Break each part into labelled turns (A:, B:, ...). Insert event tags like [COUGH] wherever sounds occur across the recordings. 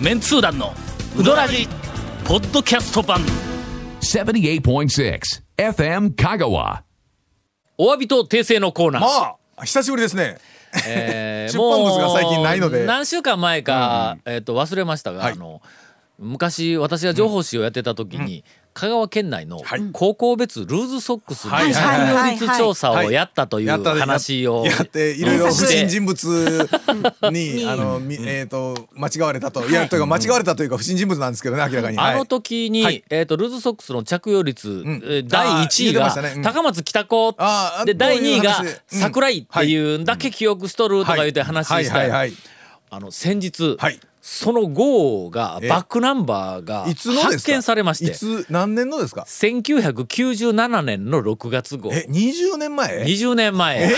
A: メンツー団のウドラジポッドキャスト版
B: 78.6 FM Kagawa.
A: お詫びと訂正のコーナー、
C: まあ久しぶりですね
A: えー
C: [LAUGHS] 出版物が最近ないので
A: もう何週間前か、えー、と忘れましたが、
C: はい
A: あの昔私が情報誌をやってた時に、香川県内の
C: はい
A: 高校別ルーズソックスの
C: はいはい
D: はいはい
A: 利率調査をやったという
C: やったで
A: 話を
C: ややっていろいろ
A: うん
C: 不
A: して
C: 審人物
A: [LAUGHS]
C: にあのみえっと間違われたといやというか間違われたというか不審人物なんですけどね明らかに
A: あの
C: はい
A: 時に、
C: はい
A: えー、とルーズソックスの着用率、
C: ん
A: えー第1位
C: あー言ってま
A: が、
C: したねうん
A: 高松北高
C: あー
A: で
C: どういう
A: 第2位が
C: 話でうん
A: 桜井っていうだけ記憶しとるとか言って話
C: は
A: し
C: い
A: て、
C: はいはい
A: あの先日、
C: はい
A: その号が
C: え
A: バックナンバーが
C: いつのです
A: 発
C: か
A: 見されまし
C: い
A: て
C: つ何年のですか
A: 1997年の6月号
C: え20年前
A: 20年前、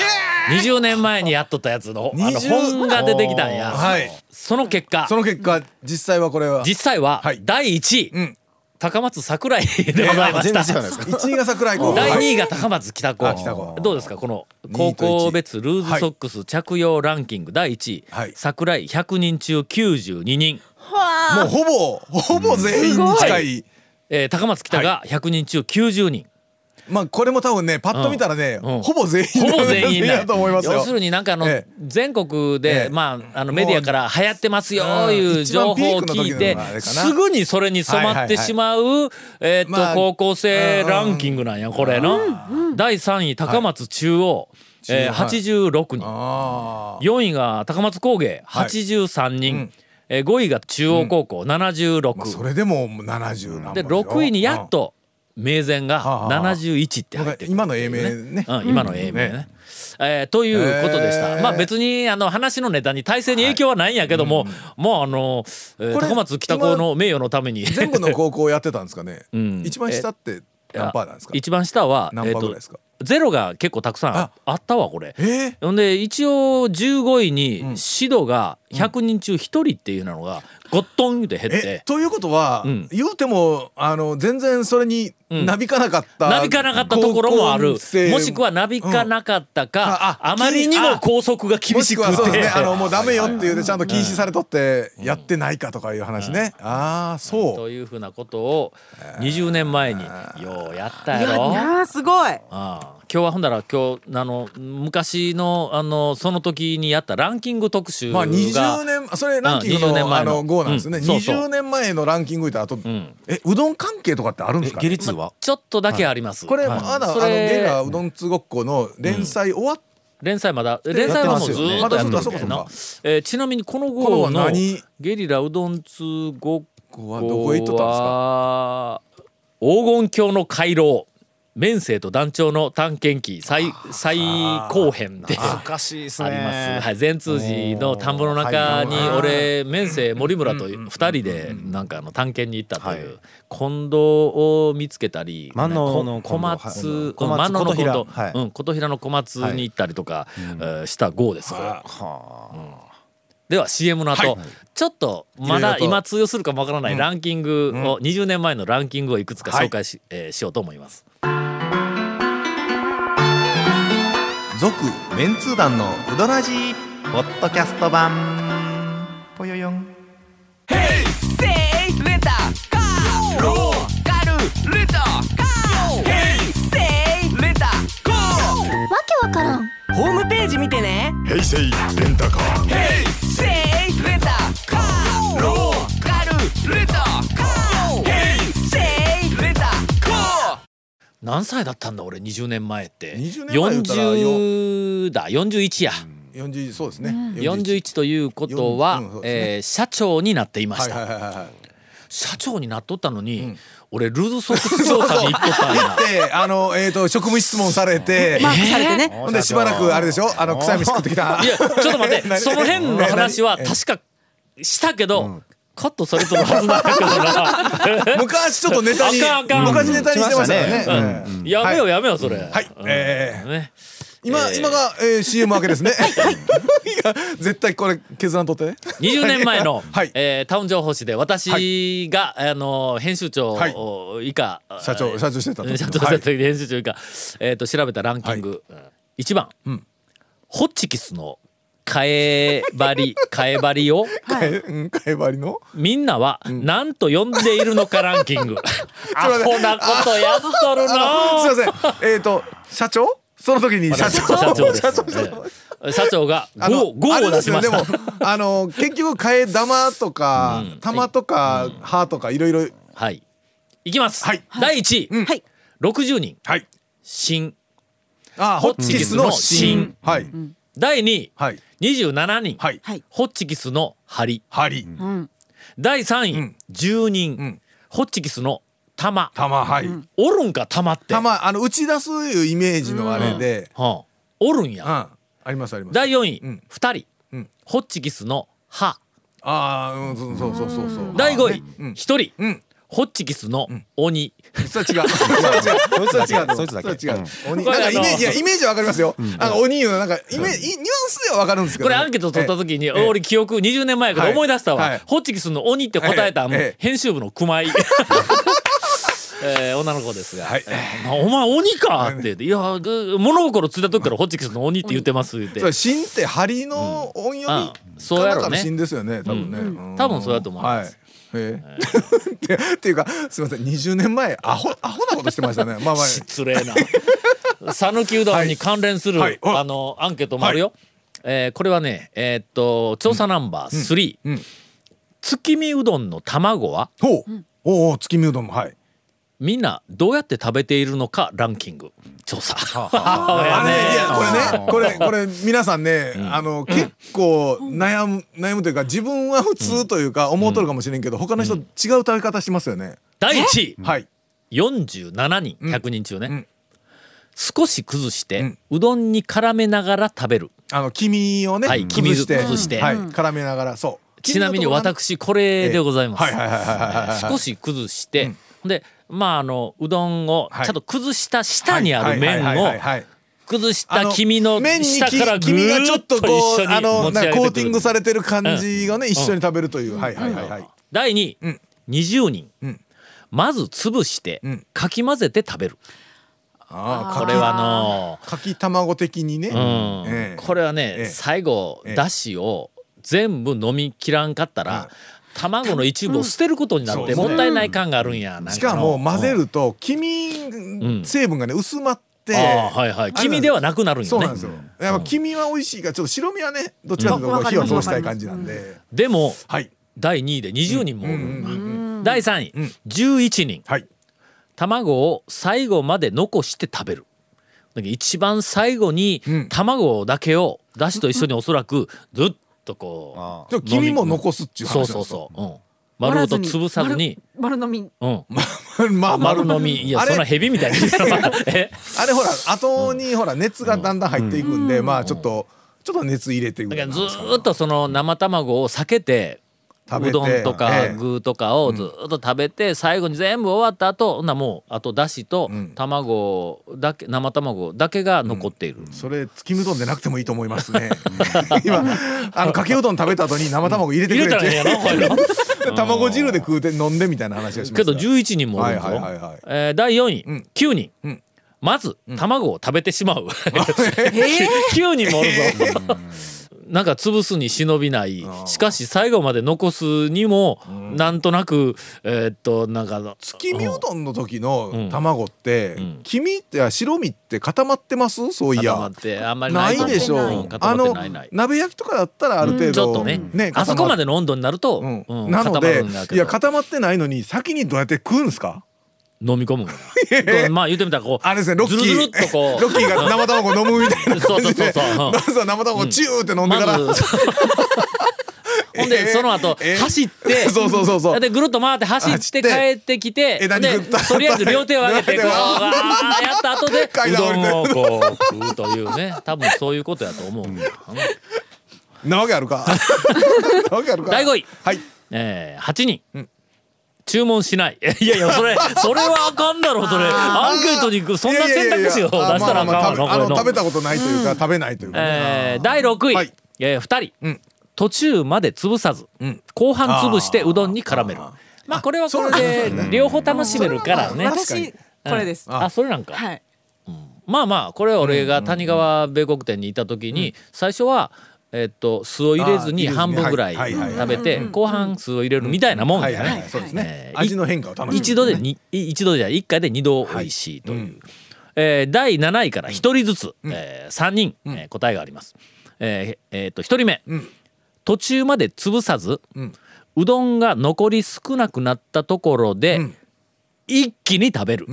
A: 20年前にやっとったやつのあの
C: 20
A: 本が出てきたんや、
C: はい
A: その結果
C: その結果実際はこれは
A: 実際は
C: はい
A: 第1位、
C: うん
A: 高松桜井でございました、
C: 1位が桜井君
A: 第
C: はい
A: 2位が高松北
C: あ北
A: 高
C: 高
A: どうですかこの高校別ルーズソックス着用ランキング第1位、
C: はい
A: 桜井100人中92人、
C: もうほぼほぼ全員に近い
A: えー高松北が100人中90人、
C: [LAUGHS] まあこれも多分ねパッと見たらね
A: うん
C: ほぼ全員
A: ほぼ全員だ
C: だと思いますよ
A: 要するになんかあの、
C: ええ
A: 全国で、
C: ええ
A: まああのメディアから流行ってますよいう情報を聞い
C: うん一番ピー
A: て
C: クの時のあれかな
A: すぐにそれに染まってしまう、えーっと、
C: まあ
A: 高校生ランキングなんやこれの、第3位高松中央、えー86人、
C: あ
A: 4位が高松工芸83人、えー5位が中央高校76、
C: あそれでももう70何
A: で6位にやっと
C: と
A: 名前が71って入ってくる
C: 今の英名ね
A: うん、今の英明ね。えーということでした、
C: えー
A: まあ別にあの話のネタに体制に影響はないんやけども、もうあの、えー
C: これ
A: 高松北高の名誉のために
C: 全
A: [LAUGHS]
C: 部の高校やってたんですかね
A: ん
C: 一番下って何パーなんですか
A: 一番下は
C: 何パーぐらいですか
A: えーとゼロが結構たくさんあ
C: あ
A: あったわこれ。
C: え
A: ほんで一応15位に指導が100人中1人っていうのがゴットンで減っ
C: え
A: て、
C: ということは
A: うん
C: 言うてもあの全然それになびかなかった
A: なびかなかったところもあるもしくはなびかなかったか、
C: うんあ
A: あまりにも拘束が厳
C: も
A: し
C: しく
A: く
C: はそうです
A: て
C: ね、あ [LAUGHS] のもうダメよっていうでちゃんと禁止されとってやってないかとかいう話ね。ああ、そ
A: と
C: う。
A: いうふうなことを20年前にようやった
D: い
A: や
D: や
A: ろ。
D: なあすごい
A: ああ今日はほんだら今日あの昔のあのその時にやったランキング特集が、
C: まあ20年、それランキング
A: うん20年
C: の
A: 前
C: あ
A: の
C: の号なんですね。
A: うんそうそう
C: 20年前のランキングとあと
A: ん、
C: え、うどん関係とかってあるんですかね
A: まあちょっとだけあります。
C: これ、
A: はい
C: まだあ
A: そ
C: の、ゲ
A: れ
C: ガうどんつごっこの連載終わっ
A: 連載まだ連載はもうずーっとやってるみたい
C: まだずっと
A: な
C: あ。
A: えーちなみにこの
C: この
A: 号
C: 号
A: の
C: 何
A: ゲリラうどん通ごっ
C: こ
A: こ
C: はどこへ行っとったんですか
A: は黄金郷の回廊。面生と団長の探検記最最後編で
E: おかしいですね
A: あります。はい、善通寺の田んぼの中に俺面生森村という二人でなんかあの探検に行ったという近藤を見つけたり
E: 万能
A: こ
E: の
A: 小松
E: 近藤
A: う
E: はい
A: ん万能の近
E: 琴
A: 藤
E: 平はい
A: うん琴平の小松に行ったりとかえーした号です。では CM の後、ちょっとまだ
C: いろいろと
A: 今通用するかもわからないランキングを20年前のランキングをいくつか紹介し,、えーしようと思います。
F: 続メンツー団のウドラジーポッドキャスト版ぽよよん
D: ホームページ見てね
A: 何歳だったんだ俺20年前って
C: 20年前言うたらよ
A: 40だ41や、
C: た。40、そうですね。41
A: 41ということは、
C: 40うんそうですね
A: えー社長になっていまし
C: はい
A: た、
C: はいはいはい。
A: 社長になっとったのに、
C: ん
A: 俺ルーズソックス調査に行っとったん
C: [LAUGHS]
A: や
C: で、あの、えっと、職務質問されて、
D: マークされてね、
C: ほんでしばらくあれでしょあの、臭い飯食ってきた。
A: いやちょっと待って
C: [LAUGHS] 何
A: その辺の話は確かしたけど、カットされてるはずなんだけどな
C: 昔ちょっとネタに
A: あかんあかん
C: 昔ネタにしてましたよ
E: しまし
C: ね。うん
A: やめようやめようそれ、
C: はい、えー
A: ね
C: 今、今が、えー、CM 明けですね。いや [LAUGHS] 絶対これ削らんとってね。
A: 20年前の、
C: [LAUGHS] はい
A: えータウン情報誌で私が、あの編集長
C: はい
A: 以下、
C: 社長社長してた
A: うん
C: 時
A: 社長
C: は
A: だ
C: い
A: った時編集長以下、えー、と調べたランキング、うん一番、ホッチキスのカエバ
C: [LAUGHS]
A: リカエバリを
C: えうんかえばりの
A: みんなは何と呼んでいるのかランキ
C: [LAUGHS]
A: ングア
C: と待って
A: ホなことやっとる
C: あ
A: な
C: すいませんえっと社長その時に社長
A: 社長です
C: 社長
A: ええ社長が
C: あの
A: 5五
C: あれ
A: を出
C: で
A: し
C: すよ
A: ま
C: で
A: し
C: も
A: た
C: あの結局替え玉とか玉とか歯とかいろいろ
A: はいいきます、
C: はい
A: 第1位、
D: はい。
A: 60人
C: はい
A: 新
C: あホッチキスの芯はい
A: 第2位
C: はい
A: 27人、
C: はい
D: はい。
A: ホッチキスの針
C: 針
D: うん。
A: 第3位、
C: うん
A: 10人、
C: ん
A: ホッチキスの玉
C: 玉はい
A: おるんか玉って
C: 玉あの打ち出すいうイメージのあれで
A: はあおるん
C: うん
A: や
C: ありますあります
A: 第4位、
C: うん
A: 2人、
C: うん
A: ホッチキスの歯
C: ああうんそうそうそうそうそう
A: 第5位、
C: うん
A: 1人、
C: うん
A: ホッチキスの鬼、
C: それは違う。それは違う。それは違う。
F: そいつだけ
C: それは違う。鬼
A: これあ
C: なんかイ
A: の
C: メージいやイメージはわかりますよ。あの鬼のなんかイメージニュアンスではわかるんですけ
A: こ
C: どね。
A: れアンケート取った時に、俺記憶20年前やから
C: はい
A: 思い出したわ、
C: はい
A: ホッチキスの鬼って答えた、
C: ええええ
A: 編集部の熊井 [LAUGHS] えー女の子ですが「
C: はい
A: えーお前鬼か!」って言って「いやぐ物心ついた時からホッチキスの鬼って言ってます」言って
C: それ芯って針の音読み
A: あそうやろね
C: かなんかの芯ですよね。多分ね。うん
A: 多分そうやと思います。
C: はい。へえってっていうかすみません20年前アホアホなことしてましたね。まあまあ。
A: 失礼な讃岐うどんに関連する、
C: はいはい
A: あのアンケートもあるよ、えーこれはねえーっと調査ナンバー3、
C: うんうん
A: 月見うどんの卵は
C: ほう。おうおう月見うどんもはい。
A: みんなどうやって食べているのかランキング調査
C: あれい
A: やね
C: やこれねこれこれ皆さんねあの結構悩む悩むというか自分は普通というか思うとるかもしれんけど他の人違う食べ方してますよね。
A: [LAUGHS] 第1位
C: はい。
A: 47人100人中ね、
C: ん
A: 少し崩して、うんどんに絡めながら食べる
C: あの黄身をね、
A: はい黄身
C: 崩して
A: 崩して
C: はい、絡めながらそう
A: ちなみに私これでございます、
C: はいはいはいはいはいはい
A: 少し崩して、でまああのうどんを
C: はい
A: ちゃんと崩した下にある麺
C: はいはいはいはいは
A: を
C: い
A: 崩した黄身の
C: 麺に
A: 下からぐ
C: 黄身が
A: ー
C: ちょ
A: っ
C: っ
A: と
C: と
A: 一
C: こ
A: 緒
C: うあ
A: に
C: の
A: 持ち
C: な
A: 上げ
C: ん
A: て
C: かコ
A: く
C: ーティングされてる感
A: うん
C: じがね、一緒に食べるという、はいはいはいはい、
A: 第2位、
C: うん
A: 20人、
C: うん
A: まず潰して、
C: うん
A: かき混ぜて食べる
C: ああ
A: これはの
C: かき卵的にね、
A: うん
C: ええ
A: これはね、
C: ええ
A: 最後、
C: ええ
A: だしを全部飲みきらんかったら、卵の一部を捨てることになって、
C: うんそう
A: もったいない感があるんやなんの
C: しかも混ぜ
A: うん
C: ると黄
A: ん
C: 身成分がね薄まって、
A: ああはいはい黄身ではなくなるんよね
C: そうなんですよ、やっぱ黄身は美味しいからちょっと白身はねどっちかというとこう火を通したい感じなんで、
A: でも
C: はい
A: 第2位で20人もおる、
C: うんうんうん
A: 第3位、
C: うん
A: 11人
C: はい
A: 卵を最後まで残して食べるだから一番最後に
C: うん
A: 卵だけをだしと一緒におそらくずっとこ
C: でも黄身も残すっち
A: う
C: ゅう話
A: そ
C: なん
A: う
C: ですよ
A: そうそう、うん、丸ごと潰さずに、
D: 丸丸飲み。
A: うん、
C: [LAUGHS] まあ
A: 丸飲みいや
C: あ
A: そ
C: れ
A: んな蛇みたい [LAUGHS] にえ
C: あれほら後にほら熱がだんだん入っていくんで、まあちょっとちょっと熱入れていく
A: だ
C: み
A: か
C: た
A: ら
C: いな
A: ずーっとその生卵を避けて
C: 食べ
A: う
C: て
A: どんとか
C: ええ
A: 具とかをずーっと食べて最後に全部終わった後ほんならもうあとだしと
C: うん
A: 卵だけ生卵だけが残っている、
C: それ月見うどんでなくてもいいと思いますね [LAUGHS] 今あのかけうどん食べた後に生卵入れて
A: 入
C: く
A: れたら
C: れ
A: ええ
C: て
A: やろこういうの
C: 卵汁で食うて飲んでみたいな話がします
A: けど11人もおるぞ、
C: はいはいはいはい
A: えー第4位、
C: ん
A: 9人、
C: うん
A: まず卵を食べてしまう、9 [LAUGHS] 人もおるぞ、なんか潰すに忍びないしかし最後まで残すにもなんとなくえーっとなんか
C: 月見うどんの時の
A: ん
C: 卵って、
A: ん
C: 黄身ってあ白身って固まってますそうい
A: 固ま
C: や
A: ってあんまり
C: ない
A: と思
C: でしょ
A: う
C: うん
A: 固
C: あ
A: まって
C: の
A: ないない
C: 鍋焼きとかだったらある程度、
A: ちょっとねあそこま
C: で
A: での温度になると、
C: うん
A: うん
C: なの
A: 固ま
C: で
A: るんだけど
C: いや固まってないのに先にどうやって食うんですか
A: 飲み込むん
C: [LAUGHS]
A: だこうまあ言ってみたらこう
C: あれですねロッキー
A: ずるずるっとこう
C: [LAUGHS] ロッキーが生卵飲むみたいな感じで
A: そうそうそうそううん
C: まずは生卵チューって飲んでから、 [LAUGHS]
A: まず [LAUGHS] ほんで、
C: えー
A: その後、
C: えー
A: 走って、
C: [LAUGHS] そうそうそうそう
A: で、ぐるっと回って走って
C: 走っ
A: 帰
C: て
A: ってきて、
C: 枝に
A: で
C: ぐっと
A: とりあえず両手を上げ
C: [LAUGHS]
A: て、こう、
C: 両手を
A: わーやった後で、
C: [LAUGHS] 階
A: うど
C: 段降りて
A: んをこう、食うというね、多分そういうことやと思う。
C: なわけあ
A: [LAUGHS]
C: るかなわけあるか
A: 第五位
C: はい
A: えー、8人。注文しない。 [LAUGHS] いやいや、それ、それはあかんだろ、それ。アンケートに行く、そんな選択肢を出したらあかんわ
C: まあまあ食べあの
A: こ
C: 食
A: れ
C: べ
A: の。
C: たことないというか、食べないというか、
A: えー第6位、
C: はい
A: えー、2人、
C: うん
A: 途中まで潰さず、
C: ん
A: 後半潰してうどんに絡めるまあこれはこれで両方楽しめるからね
D: 私、これです。
A: あそれなんか、
D: はい。
A: まあまあこれは俺が谷川米国店にいた時に最初はえっと酢を入れずに
C: あー
A: 半分ぐらい
C: 入れずにはいはい
A: 食べて後半酢を入れるみたいなもんだ
C: はい
A: よ
C: はいはい
A: ね。
C: そうですね
A: えー
C: 味の変化を楽しむ
A: 一度でにい一度じゃない一回で二度美味しいという、えー第7位から一人ずつ、えー、3人、えー答えがあります。えーえーと一人目、途中まで潰さず、うどんが残り少なくなったところで、一気に食べる、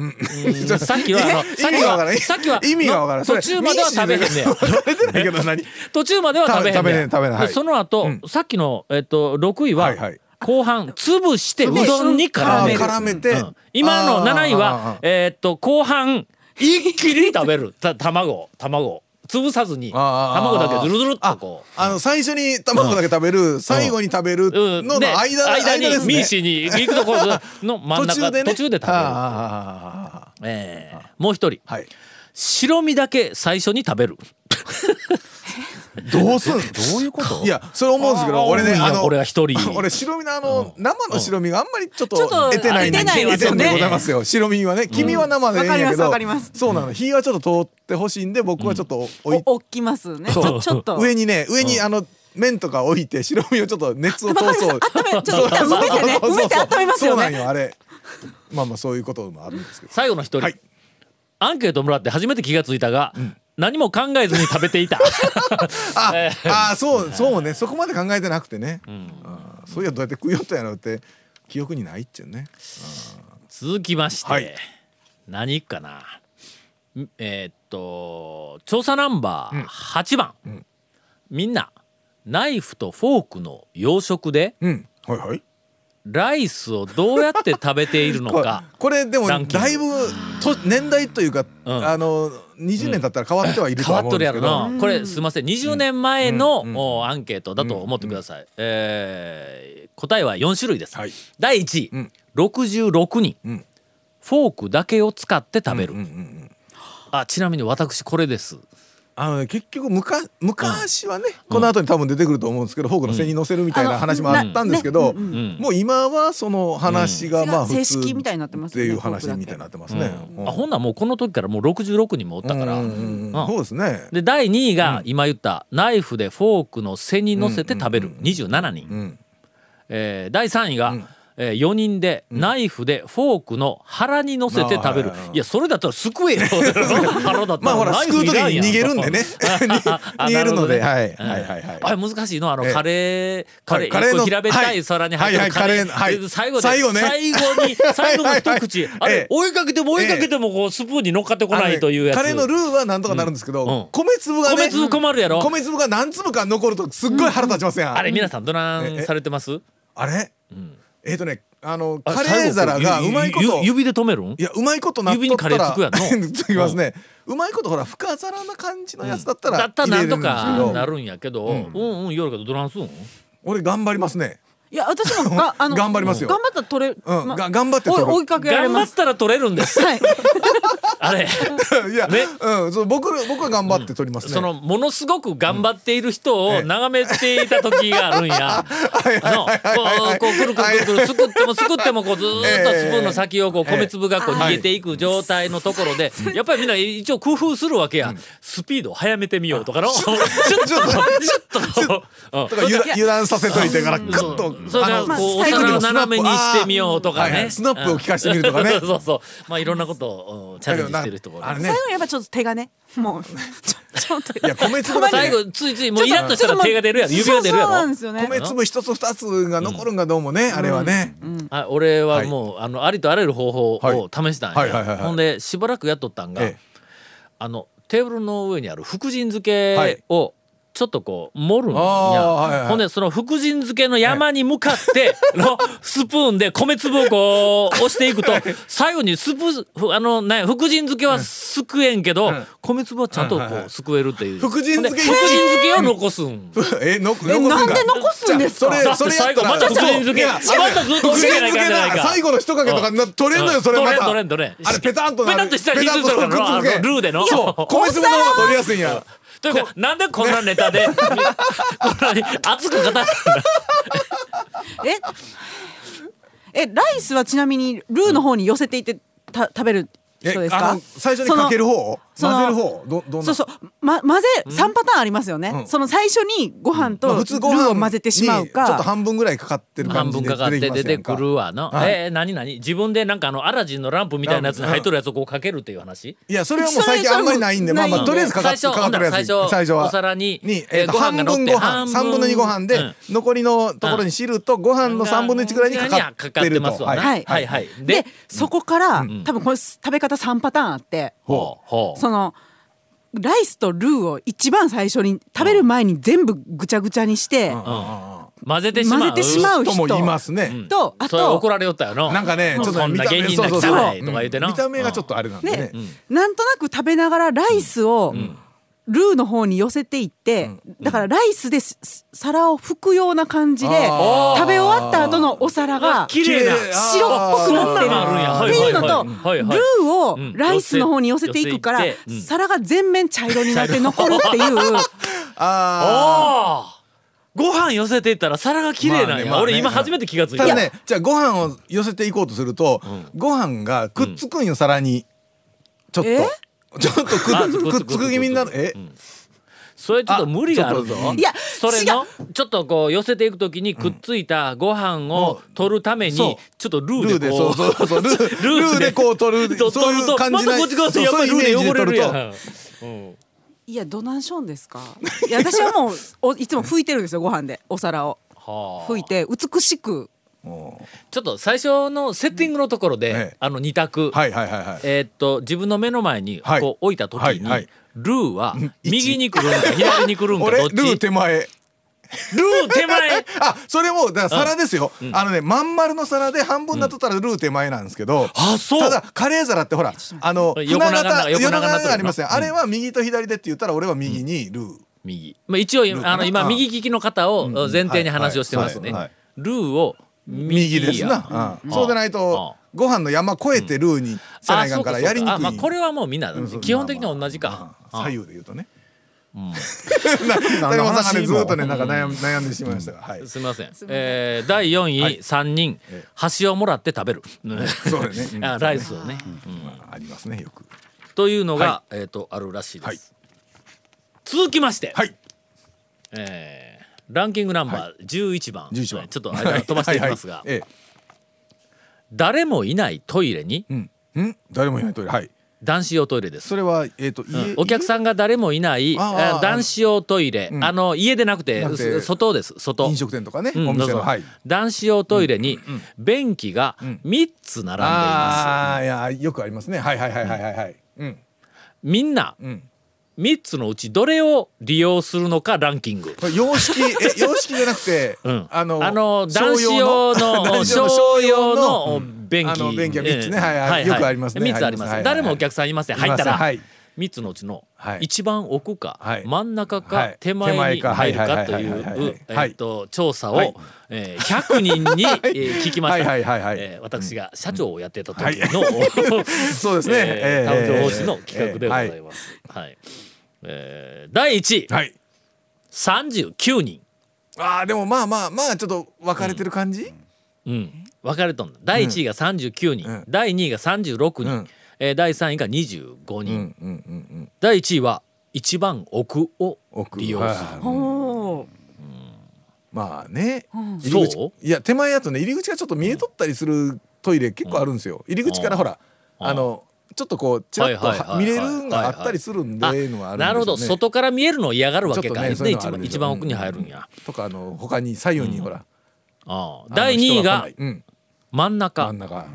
A: さっきはあのさっ
C: [LAUGHS]
A: き
C: 意味がわから
A: は
C: ん
A: さっきは
C: 意味がわからん
A: の途中までは食べへんねや
C: 食べてないけど
A: [LAUGHS]
C: 何
A: 途中までは食べへん
C: 食べ
A: ね
C: へ
A: ん
C: ん食べへんはい
A: でその後、さっきの、えっと、6位は、
C: はいはい
A: 後半潰してうどんに絡める
C: あー絡めて
A: うん今の
C: あー
A: 7位
C: あーあ
A: は
C: ー
A: えっと後半一気に食べるた卵を卵を潰さずに
C: あー
A: 卵だけずるずるっとこう。
C: あの最初に卵だけ食べる最後に食べる
A: う
C: の
A: ん
C: の
A: で
C: 間間
A: に
C: です
A: ミー
C: ね
A: シーに行くところの真ん
C: 途
A: 中
C: 中でね
A: 食べる、
C: あー
A: えーもう一人
C: はい
A: 白身だけ最初に食べる
C: どうすん
A: どういうこと
C: いやそれ思うんですけど俺ね
A: あ
C: あ
A: の
C: の
A: これは一人
C: [LAUGHS] 俺白身のあの生の白身があんまりちょっと
D: ちょっと
C: 出てない
D: 出てない
C: 出て
D: わ
C: んで
D: そうね
C: ございますよ白身はね君は生でいいんやけど
D: わかりますわかります
C: そうなの火はちょっと通ってほしいんで僕はちょっと置い
D: お置きますね。ち
A: そう
D: ょちょっと。
C: 上にね上にあの麺とか置いて白身をちょっと熱を通そう
D: 温めちょっと一旦埋めてね
C: そう
D: 埋
C: そう
D: めて温めますよ
C: そうなん
D: ね。
C: よあれまあまあそういうこともあるんですけど
A: 最後の一人、
C: はい
A: アンケートもらって初めて気がついたが、何も考えずに食べて [LAUGHS] いた
C: あ
A: え
C: あーそうそうねそこまで考えてなくてねあーそういやどうやって食いよったんやろって記憶にないっちゅうね
A: 続きまして、
C: はい
A: 何かなんえーっと調査ナンバー8番、みんなナイフとフォークの養殖で
C: うんはいはい
A: ライスをどうやって食べているの
C: これ
A: [LAUGHS] か
C: これでも
A: ランキング
C: だいぶと年代というか、
A: うん
C: あの20年経ったら変わってはいると
A: 変わ
C: は
A: っ
C: 思う
A: とる
C: んで
A: や
C: す
A: ろ
C: け
A: な、
C: ど
A: これすいません20年前の、おアンケートだと思ってください、えー答えは4種類です、
C: はい
A: 第1位、
C: ん
A: 66人、
C: ん
A: フォークだけを使って食べる、
C: うんうんうん
A: あちなみに私これです
C: あのね結局むか昔はね、この後に多分出てくると思うんですけど、フォークの背に乗せるみたいな話もあったんですけど、
A: ん
C: もう今はその話が
D: うん
C: まあ普通
D: 正式みたいになってますよね
C: っていう話みたいになってますね。うん
A: あほんならもうこの時からもう66人もおったから、
C: うんうんうん
A: うん
C: そうですね。
A: で第2位が今言ったナイフでフォークの背に乗せて食べる27人、
C: ん
A: えー第3位が、え4人でナイフでフォークの腹に乗せて食べる、
C: あーはいはいはい
A: いやそれだったらす
C: [LAUGHS]
A: くえよ腹だった
C: まあほ
A: ら
C: ら
A: ナイフ
C: 救う
A: いら
C: 時
A: ん
C: に
A: やん
C: 逃げるんでね [LAUGHS] 逃げる
A: [LAUGHS]
C: ので、はいはいはいはい。
A: あれ難しいのあの
C: ええ
A: カレーカレー
C: カレーの
A: 一個平べった
C: はいい
A: 皿に入って
C: は
A: る
C: い
A: カ
C: はい
A: レー
C: カレーはい
A: で最後で
C: 最後ね
A: 最
C: [LAUGHS]
A: 後に最後の一口あ
C: え
A: れ
C: え
A: 追いかけても追いかけてもこうスプーンに乗っかってこないというやつ
C: あのねカレーのルーはなんとかなるんですけど、
A: うんうん
C: 米粒がね
A: 米粒困るやろ
C: 米粒が何粒か残るとすっごい腹立ちません、
A: あれ皆さんどなんされてます
C: あれ、えっ、とねあの
A: あ
C: カレー皿が
A: 最後
C: うまいこ
A: ゆ
C: と
A: ゆ指で止めるん
C: いやうまいことなっとったら
A: 指にカレーつくやんの
C: [LAUGHS] つきますね、うまいことほら深皿な感じのやつだったら
A: だったらなんと
C: 入れれる
A: か
C: んですけど
A: なるんやけど、うん、うんうん夜けどどなんすん
C: 俺頑張りますね [LAUGHS]
D: いや私もがあの
C: 頑張りますよ
D: 頑張ったら取れ。
C: うん
D: ま
C: が頑張って取
D: 追い
C: る
D: 追いかけられ
A: 頑張
D: ま
A: っ
D: す。
A: たら取れるんです
D: はい。
A: あれ
C: いや、
A: ね
C: うん、そう僕僕は頑張って取りますね、
A: そのものすごく頑張っている人を眺めていた時があるん
C: [LAUGHS]
A: や。のこうこうくるくるくるくるすくってもすくってもこうずーっとスプーンの先をこう
C: ええ
A: 米粒がこう逃げていく状態のところでやっぱりみんな一応工夫するわけや。スピードを速めてみようとか [LAUGHS] の。ちょっとちょっとうん
C: とか油断油断させといてからグッと、
A: それからこうお
C: 手首
A: 皿を
C: のスナップ
A: 斜めにしてみようとか
C: あーはいは
A: ね
C: いスナップを効かしてみるとかね
A: [LAUGHS] そうそうそうまあいろんなことをうんチャレンジしてる人がおり
C: あ
A: ます
C: れね
D: 最後にやっぱちょっと手がねもうちょちょっと。
C: いや米粒だけ
A: 最
C: ね
A: 後ついついもうイラッとしたら手が出るやろ指が出るや
D: そうそうなん
A: ろ
D: ですよね。
C: 米粒一つ二つが残るんがどうもね、あれはね、
A: あ俺はもう、あのありとあらゆる方法を試したんや、
C: はいはいはいはいはい
A: ほんでしばらくやっとったんが、
C: ええ
A: あのテーブルの上にある福神漬けをちょっとこう盛るんや、
C: ああはいはい
A: ほんでその福神漬けの山に向かって [LAUGHS] のスプーンで米粒をこう押していくと最後にスプーンふあの、ね、福神漬けはすくえんけど、米粒はちゃんとこ
C: はいはいは
A: うすくえるっていう、
C: 福神漬け
A: ほんで福神漬けを残すん、
C: [LAUGHS] えの残
D: え
C: すんか
D: なんで残すんですか
C: じゃあ
A: だっ
C: そ
A: て
C: れそ
A: 最
C: れやった
A: 後
C: ら
A: また福神漬け
C: いや
A: またずっと
C: 福
A: 福
C: 神
A: 神漬
C: 漬
A: けな
C: け
A: い
C: な
A: か
C: 最後の一かけとかな取れんの
A: う
C: よ
A: ん
C: それまた
A: 取れん取れん取れん
C: あれペタンとな
A: ペ
C: る
A: タンとしたら引いてた
C: ペタン
A: から
C: とくっつ
A: ル
C: け
A: ーでの [LAUGHS]
C: そう米粒の方が取りやすいんや
A: というかなんでこんなネタでこんなに熱く語るん
C: [LAUGHS]
A: だ
D: ええライスはちなみにルーの方に寄せていってた食べる人です
C: えあ
D: か
C: の？最初にかける方
D: その
C: 混ぜる方どどん
D: そ
C: な
D: うそう、ま、混ぜ3パターンありますよね、
C: うん
D: その最初にご飯
C: まあ
D: とル
C: 普通ご飯
D: ーを混ぜてしまう
C: にちょっと
D: か、
C: 半分ぐらいかかってる
A: 半
C: 感じ
A: 分
C: で
A: かかって出てくる
C: わ
A: わな、
C: はい
A: えー、何何自分でなんかあのアラジンのランプみたいなやつに入っとるやつをこうかけるっていう話
C: いやそれはもう最近あんまりないんで
D: それ
C: まあ
D: それ
C: まあとりあえずかかっ
A: 最初
C: かかってるやつ
A: 最初
C: 最初
A: お
C: は
A: 皿に
C: に、えー、と
A: ご
C: 半
A: 飯が乗っ
C: 分
A: て
C: ご飯3分の2ご飯で、
A: うん
C: 残りのところに汁とご飯の3分の1ぐらいにかかってると、
A: ますわ
C: は
A: な、
C: い
A: は
D: はいい
A: はいはい
D: で
A: で
D: そこから、多分これ食べ方3パターンあって、
A: ほうほう
D: そのライスとルーを一番最初に食べる前に全部ぐちゃぐちゃにして、
A: 混ぜてしまう
D: 混ぜてしまう
C: 人もいますね、
D: とあ
A: それ
D: と
A: 怒られよったよな
C: なんかねちょっと
A: そん
C: 見
A: な
C: た
A: 下
C: 目
A: 品な
C: そうそう
A: 汚い
C: そう
A: とか言ってな
C: 見た目がちょっとあれなんでね
D: ね、なんとなく食べながらライスを、ルーの方に寄せていって、だからライスですす皿を拭くような感じで
C: あー
D: 食べ終わった後のお皿が
A: 綺麗な
D: 白っぽくなってる
A: あるんや
D: っ
A: はい
D: ていうのと、
A: はいはいはいはいはい
D: ルーを
A: うん
D: ライスの方に寄せていくから、
A: 寄せていってうん
D: 皿が全面茶色になって残る
A: [LAUGHS]
D: っていう
C: あ
A: ああご飯寄せていったら皿が綺麗なんや、
C: まあねまあね
A: 俺今初めて気がつ
C: あ
A: い
C: た
A: た
C: だねじゃあご飯を寄せていこうとすると、ご飯がくっつくんよ皿にちょっと、
D: え
C: ちょっとく
A: あ
C: っくっつく気味になるえ、
A: それちょっと無理があるぞ
C: あちょっと
D: いや
A: それのちょっとこう寄せていくときにくっついたご飯を取るためにち
C: そ
A: ょ
C: う
A: っとル
C: ルー
A: ーで
C: で
A: こ
C: そううそう
A: [LAUGHS]
C: そうルールーでこう取る
A: と
C: そうい
A: 取
C: う
A: と
C: 感じ
A: また
C: な
A: こっち側ってやっぱりルーで汚れるやんうん
D: いやどなんしょんですかいや私はもうおいつも拭いてるんですよご飯でお皿を
A: はあ
D: 拭いて美しく
A: ちょっと最初のセッティングのところで、
C: ええ
A: あの二択、
C: はいはいはいはい
A: えーっと自分の目の前に
C: はい
A: こう置いた時に、
C: はいはい
A: ルーは
C: 一
A: 右に来るん
C: [LAUGHS]
A: か左に来るんか
C: 俺
A: どっ
C: ル
A: ち
C: ー手前
A: ルー手前
C: あそれもだから皿ですよ、あのねまん丸の皿で半分なっとったらルー手前なんですけど、
A: あそう
C: ただカレー皿ってほらあの
A: 横長
C: 船
A: な
C: 形
A: 横長
C: 横
A: な
C: 長
A: とこ
C: がありますね、
A: うん
C: あれは右と左でって言ったら俺は右にルー、
A: 右、まあ、一応
C: ーかな
A: あの今
C: ああ
A: 右利きの方を前提に話をしてますね、
C: はいはい
A: ルーを右
C: 右
A: や
C: ですな、うん
A: ん
C: そうでないとご飯の山越えてルーにせないかんから
A: そう
C: や
A: そう
C: り
A: そう
C: にくい、
A: あまあ、これはもうみんな、
C: うんそう
A: 基本的に同じ
C: まあ
A: か
C: ま、あ
A: あ
C: 左右で言うとね
F: 何
C: [LAUGHS] 谷
F: の
C: 本さん
F: 話
C: がねずっとね
F: 今
C: なんか悩ん悩んでしまいましたが、はい
A: すみません、えー第4位、三人箸をもらって食べる
C: そうだね、
A: [LAUGHS] あライスをね、
C: まあ、ありますねよく
A: というのが、えっ、とあるらしいです、
C: はい
A: 続きまして、
C: はい
A: えーランキングナンバー11番,、
C: 11番
A: ちょっと間飛ばしていきますが
C: はいはいえ
A: 誰もいないトイレに
C: えうんん誰もいないトイレはい
A: 男子用トイレです
C: それはえっ、と、家
A: お客さんが誰もいない
C: ああ
A: あ
C: あ
A: 男子用トイレ、
C: うん
A: あの家でなくて
C: なく
A: す
C: て
A: 外です外
C: 飲食店とかね、
A: うん
C: お店
A: どう
C: の
A: ぞ
C: はい
A: 男子用トイレに便器が3つ並んでいます、
C: ああいやよくありますねはいはいはいはいはいはいうん
A: みんな
C: うん
A: 3つのうちどれを利用するのかランキング
C: これ様式
A: [LAUGHS]
C: え様式じゃなくて、
A: うん
C: あの
A: 男子用の
C: 男子
A: 商
C: 用
A: 用の便器
C: あの便器は三つ
A: え
C: ね
A: え
C: はいはいよくありますね
A: 三つあります、
C: はいはい
A: 誰もお客さんいません
C: はい
A: 入ったら、
C: いませんはい
A: 三つのうちの
C: はい
A: 一番奥か、
C: はい
A: 真ん中か、
C: はい
A: 手前に
C: 手前か
A: 入る
C: は
A: か
C: い
A: と
C: はい
A: い
C: はいはいは
A: う
C: い
A: え
C: はい
A: ーっと調査を、
C: はい
A: えー100人に、えー聞きました
C: はいはいはいはい
A: えー私が社長をやってた [LAUGHS] 時の、
C: そうですね、
A: えー
C: ええ
A: 誕生方針の企画でござい
C: え
A: ます。はいえー第1位
C: えはい、
A: 39人、
C: ああでもまあまあまあちょっと分かれてる感じ、
A: うん、分かれとんだ第1位が39人、
C: うん
A: 第2位が36人、
C: うん
A: えー第3位が25
C: う
A: 人、
C: ん、うんうんうん
A: 第1位は一番奥を
C: 奥
A: 利用する。
C: はい
D: おお
C: まあね、
D: ん
C: 入り口
A: そう
C: いや手前やとね入り口がちょっと見えとったりするトイレ結構あるんですよ入り口からほら、あのちょっとこうちらっと
A: はいはいはいは
C: はい見れるんがあったりするんでのはあるんでしょうね
A: なるほど外から見えるのを嫌がるわけ
C: ちょっ
A: か、
C: とねそう
A: で
C: いうの
A: 一
C: はある
A: 番
C: んでしょ
A: 一番奥に入るんや、
C: とかあの他に左右にほら、
A: ああ
C: あの
A: 第2位が
C: 人来ないうん、
A: 真ん中
C: 真ん中、うん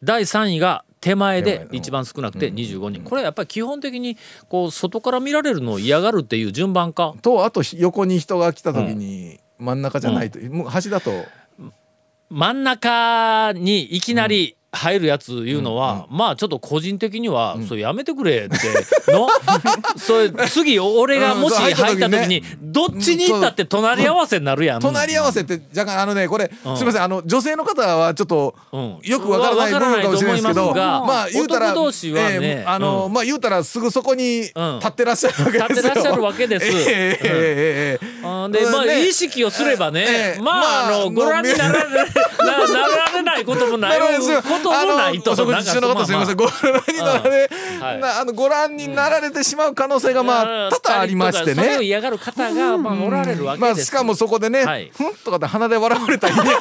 A: 第3位が手前
C: 手
A: で
C: 前の
A: 一番少なくて25人、これはやっぱり基本的にこう外から見られるのを嫌がるっていう順番か
C: とあとひ横に人が来た時に真ん中じゃないと、もう端だと
A: 真ん中にいきなり入るやついうのは、まあちょっと個人的には、それやめてく [LAUGHS] れってのそれ次俺がもし
C: うんそう
A: 入
C: 入
A: っ
C: ったた時ね
A: 時にどっちに行ったって隣り合わせになるやん。
C: 隣り合わせって若干あのねこれ、すみませんあの女性の方はちょっと、
A: うん
C: よくわからない部分かもしれないですけ
A: わ
C: ど
A: からないと思いますが
C: 言うたら
A: 男同士はね
C: えーあの
A: う
C: まあ言うたらすぐそこに立ってらっしゃるわけですよ、
A: 立ってらっしゃるわけです
C: [LAUGHS] えーえーえーえー
A: あーで、まあ、
C: ね
A: 意識をすればね、
C: ええ
A: まあ、あ
C: まあ
A: の、ご覧になられ、ななられないことも [LAUGHS] ないこともないと
C: お食事中の方すみません、ご覧になられ、なあのご覧になられてしまう可能性がまあ多々ありまして
A: それを
C: ね。
A: 嫌がる方がまあおられるわけ
C: ま
A: で
C: あ
A: す。
C: しかもそこでね、
A: はい
C: ふんとかって鼻で笑われたりね、
A: もう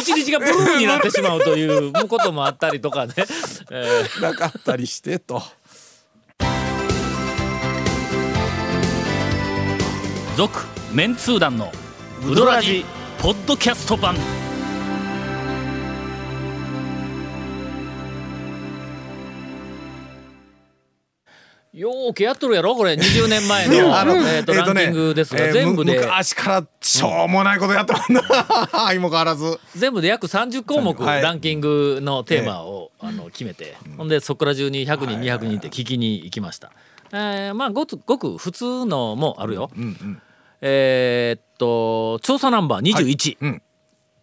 A: 一日がブルーになってしまうということもあったりとかね。えー
C: なかったりしてと。
E: 続メンツー団のウドラジポッドキャスト版
A: よーくやっとるやろこれ20年前
C: [LAUGHS]
A: のえーと
C: えー
A: ラ
C: と
A: ン
C: ね
A: キングですが、
C: えー
A: 全部
C: む
A: で
C: 昔からしょうもないことやってるんだ。 [LAUGHS] 相も変わらず。
A: 全部で約30項目
C: はい
A: ランキングのテーマを、あの決めて、ほんでそこら中に100人200人って聞きに行きました、えーまあごつごく普通のもあるよ、えーっと調査ナンバー21、
C: うん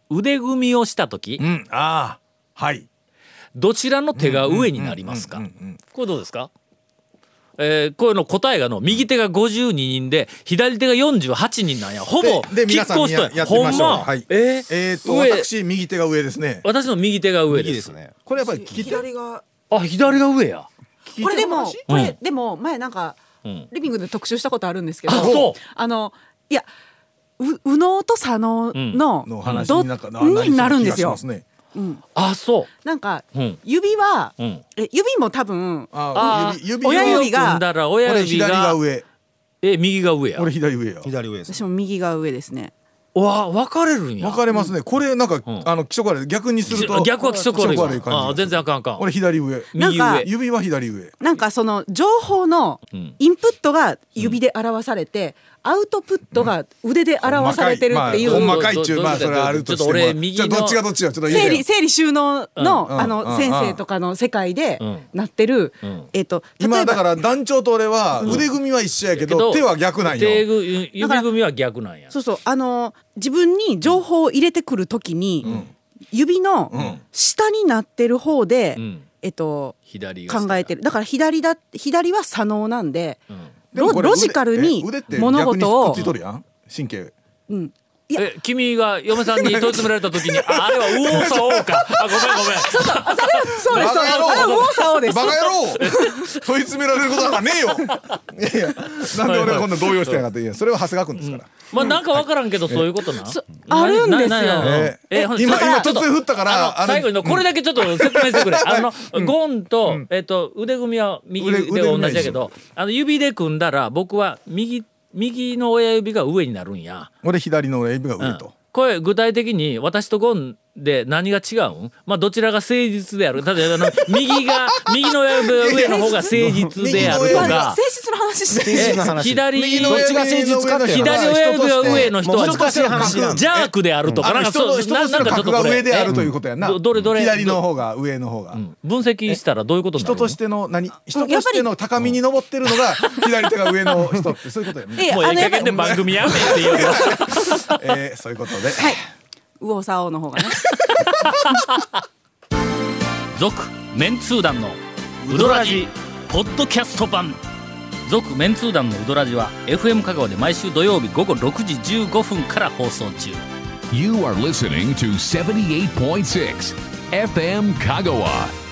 A: 腕組みをした時
C: うん、ああ、はい。
A: どちらの手が上になりますかこれどうですかえー、こういうの答えがの右手が52人で左手が48人なんやほぼ
C: で、で
A: 拮
C: 皆さん
A: 抗
C: に
A: し
C: や
A: と
C: や
A: や
C: ってみ
A: ほ
C: ま
A: ん
C: しょう。
A: ま、
C: はい。
A: えー
C: えーっと、
A: 上
C: 私、右手が上ですね。
A: 私の右手が上です
C: ね。これやっぱり聞いて
D: 左が
A: あ左が上や
D: これでもこ
A: うん
D: れでも前なんか
A: ん
D: リビングで特集したことあるんですけど
A: あそう
D: あのいやう右脳と左脳
C: の
D: の
C: 話
D: ど
C: になんかな
D: になるんですよ
C: 気がしますね
A: あそ
D: なんか
A: ううん
D: 指は
A: うん
D: え指も多分
C: あー指、指
D: 親指が
A: 組んだら親
C: 俺
A: 指
C: 左
A: が
C: が上。
A: え右が上や
C: 俺左上よ。
F: 左上です
D: 私も右が上ですね
A: わ分かれるんや
C: 分かれますね。これなんか、
A: ん
C: あの、気色悪い。逆にすると。
A: 逆は規則悪いわ
C: 気色感じ
A: あ全然あかんあかん
C: 俺左上。
A: 右
D: なん
A: 上
D: か
C: 指は左上。
D: なんかその情報の
A: ん
D: インプットが指で表されて、アウトプットが腕で表されてるっていう、
C: ほんまかいまあほんまかいっちゅう、
A: ど
C: まあ、それはあるとして
A: ちょ
C: も
A: っと俺右
C: じゃ
A: の
C: あ、どっちがどっちよ。ちょっと言う
D: 整
C: て
D: 理
C: よ
D: 整理収納の、
C: うん
D: あ
C: うんう
D: の
C: ん
D: 先生とかの世界で
A: ん
D: なってる、
A: ん
D: えっ、と例えば
C: 今だから団長と俺は腕組みは一緒やけど、手は逆なんよ。
A: 手ぐ指組みは逆なんや
D: そうそうあの自分に情報を入れてくるときに、指の下になってる方で、
A: ん
D: えっ、と
A: 左が
D: 考えてるだから左だ左は左脳なんで、
C: でも
D: ロ
C: これ
D: ロジカルに
C: 腕え腕って
D: 物事を
C: 逆にくっついとるやん神経
D: いや
A: え君が嫁さんに問い詰められた時にああれは右往左往かあごめんごめん
D: そうですそうです
C: バカ
D: あ
C: 野郎
D: 右往左
C: バ
D: 往です
C: カ野郎 [LAUGHS] 問い詰められることなんかねえよ [LAUGHS] いやいやなんで俺こんな動揺してなかったいやそれは長谷川君ですから、
A: まあなんかわからんけどそういうことな。
D: そ
A: な
D: あるんですよ
A: ななな
C: ええ
A: ほん
C: 今
A: だから
C: 今突然降ったから
A: あの
C: あの
A: 最後にのこれだけちょっと説明してくれ。あのゴンとえっと腕組みは右
C: 腕
A: で
C: 腕組み
A: 同
C: は一緒
A: じやけど、あの指で組んだら僕は右右の親指が上になるんや。
C: 俺左の指が
A: う
C: 上
A: ん
C: と、
A: これ具体的に私とゴンで何が違うんまあどちらが誠実であるただあの右が右の親指が上の方が誠実であると
C: [LAUGHS] 右の親
A: か
C: 指
D: 誠実の話して
A: え
D: る
A: 左
C: 右の
A: どっち
C: 親指の上の人
A: 左親指が上の人は
F: もう難しい話なんだ
A: ジャークであるとか、
C: あの人
A: そう
C: の人としての格が上であるということやんな、
A: えどどれどれ
C: 左の方が上の方が、
A: ど分析したらどういうことになる
C: 人
A: の
C: としての何人としての高みに登ってるのが左手が上の人ってそういうことやんね、
D: ええ
A: もうえ
D: あ
A: え
D: のや
A: 加
D: っ
A: 減
D: ぱ
A: で
D: り
A: 番組やめっていう
C: [LAUGHS]
A: よ
C: ええそういうことで、
D: はい右往左往の方がね
E: 続メンツー団のウドラジポッドキャスト版続メンツー団のウドラジは FM 香川で毎週土曜日午後6時15分から放送中
B: You are listening to 78.6 FM Kagawa.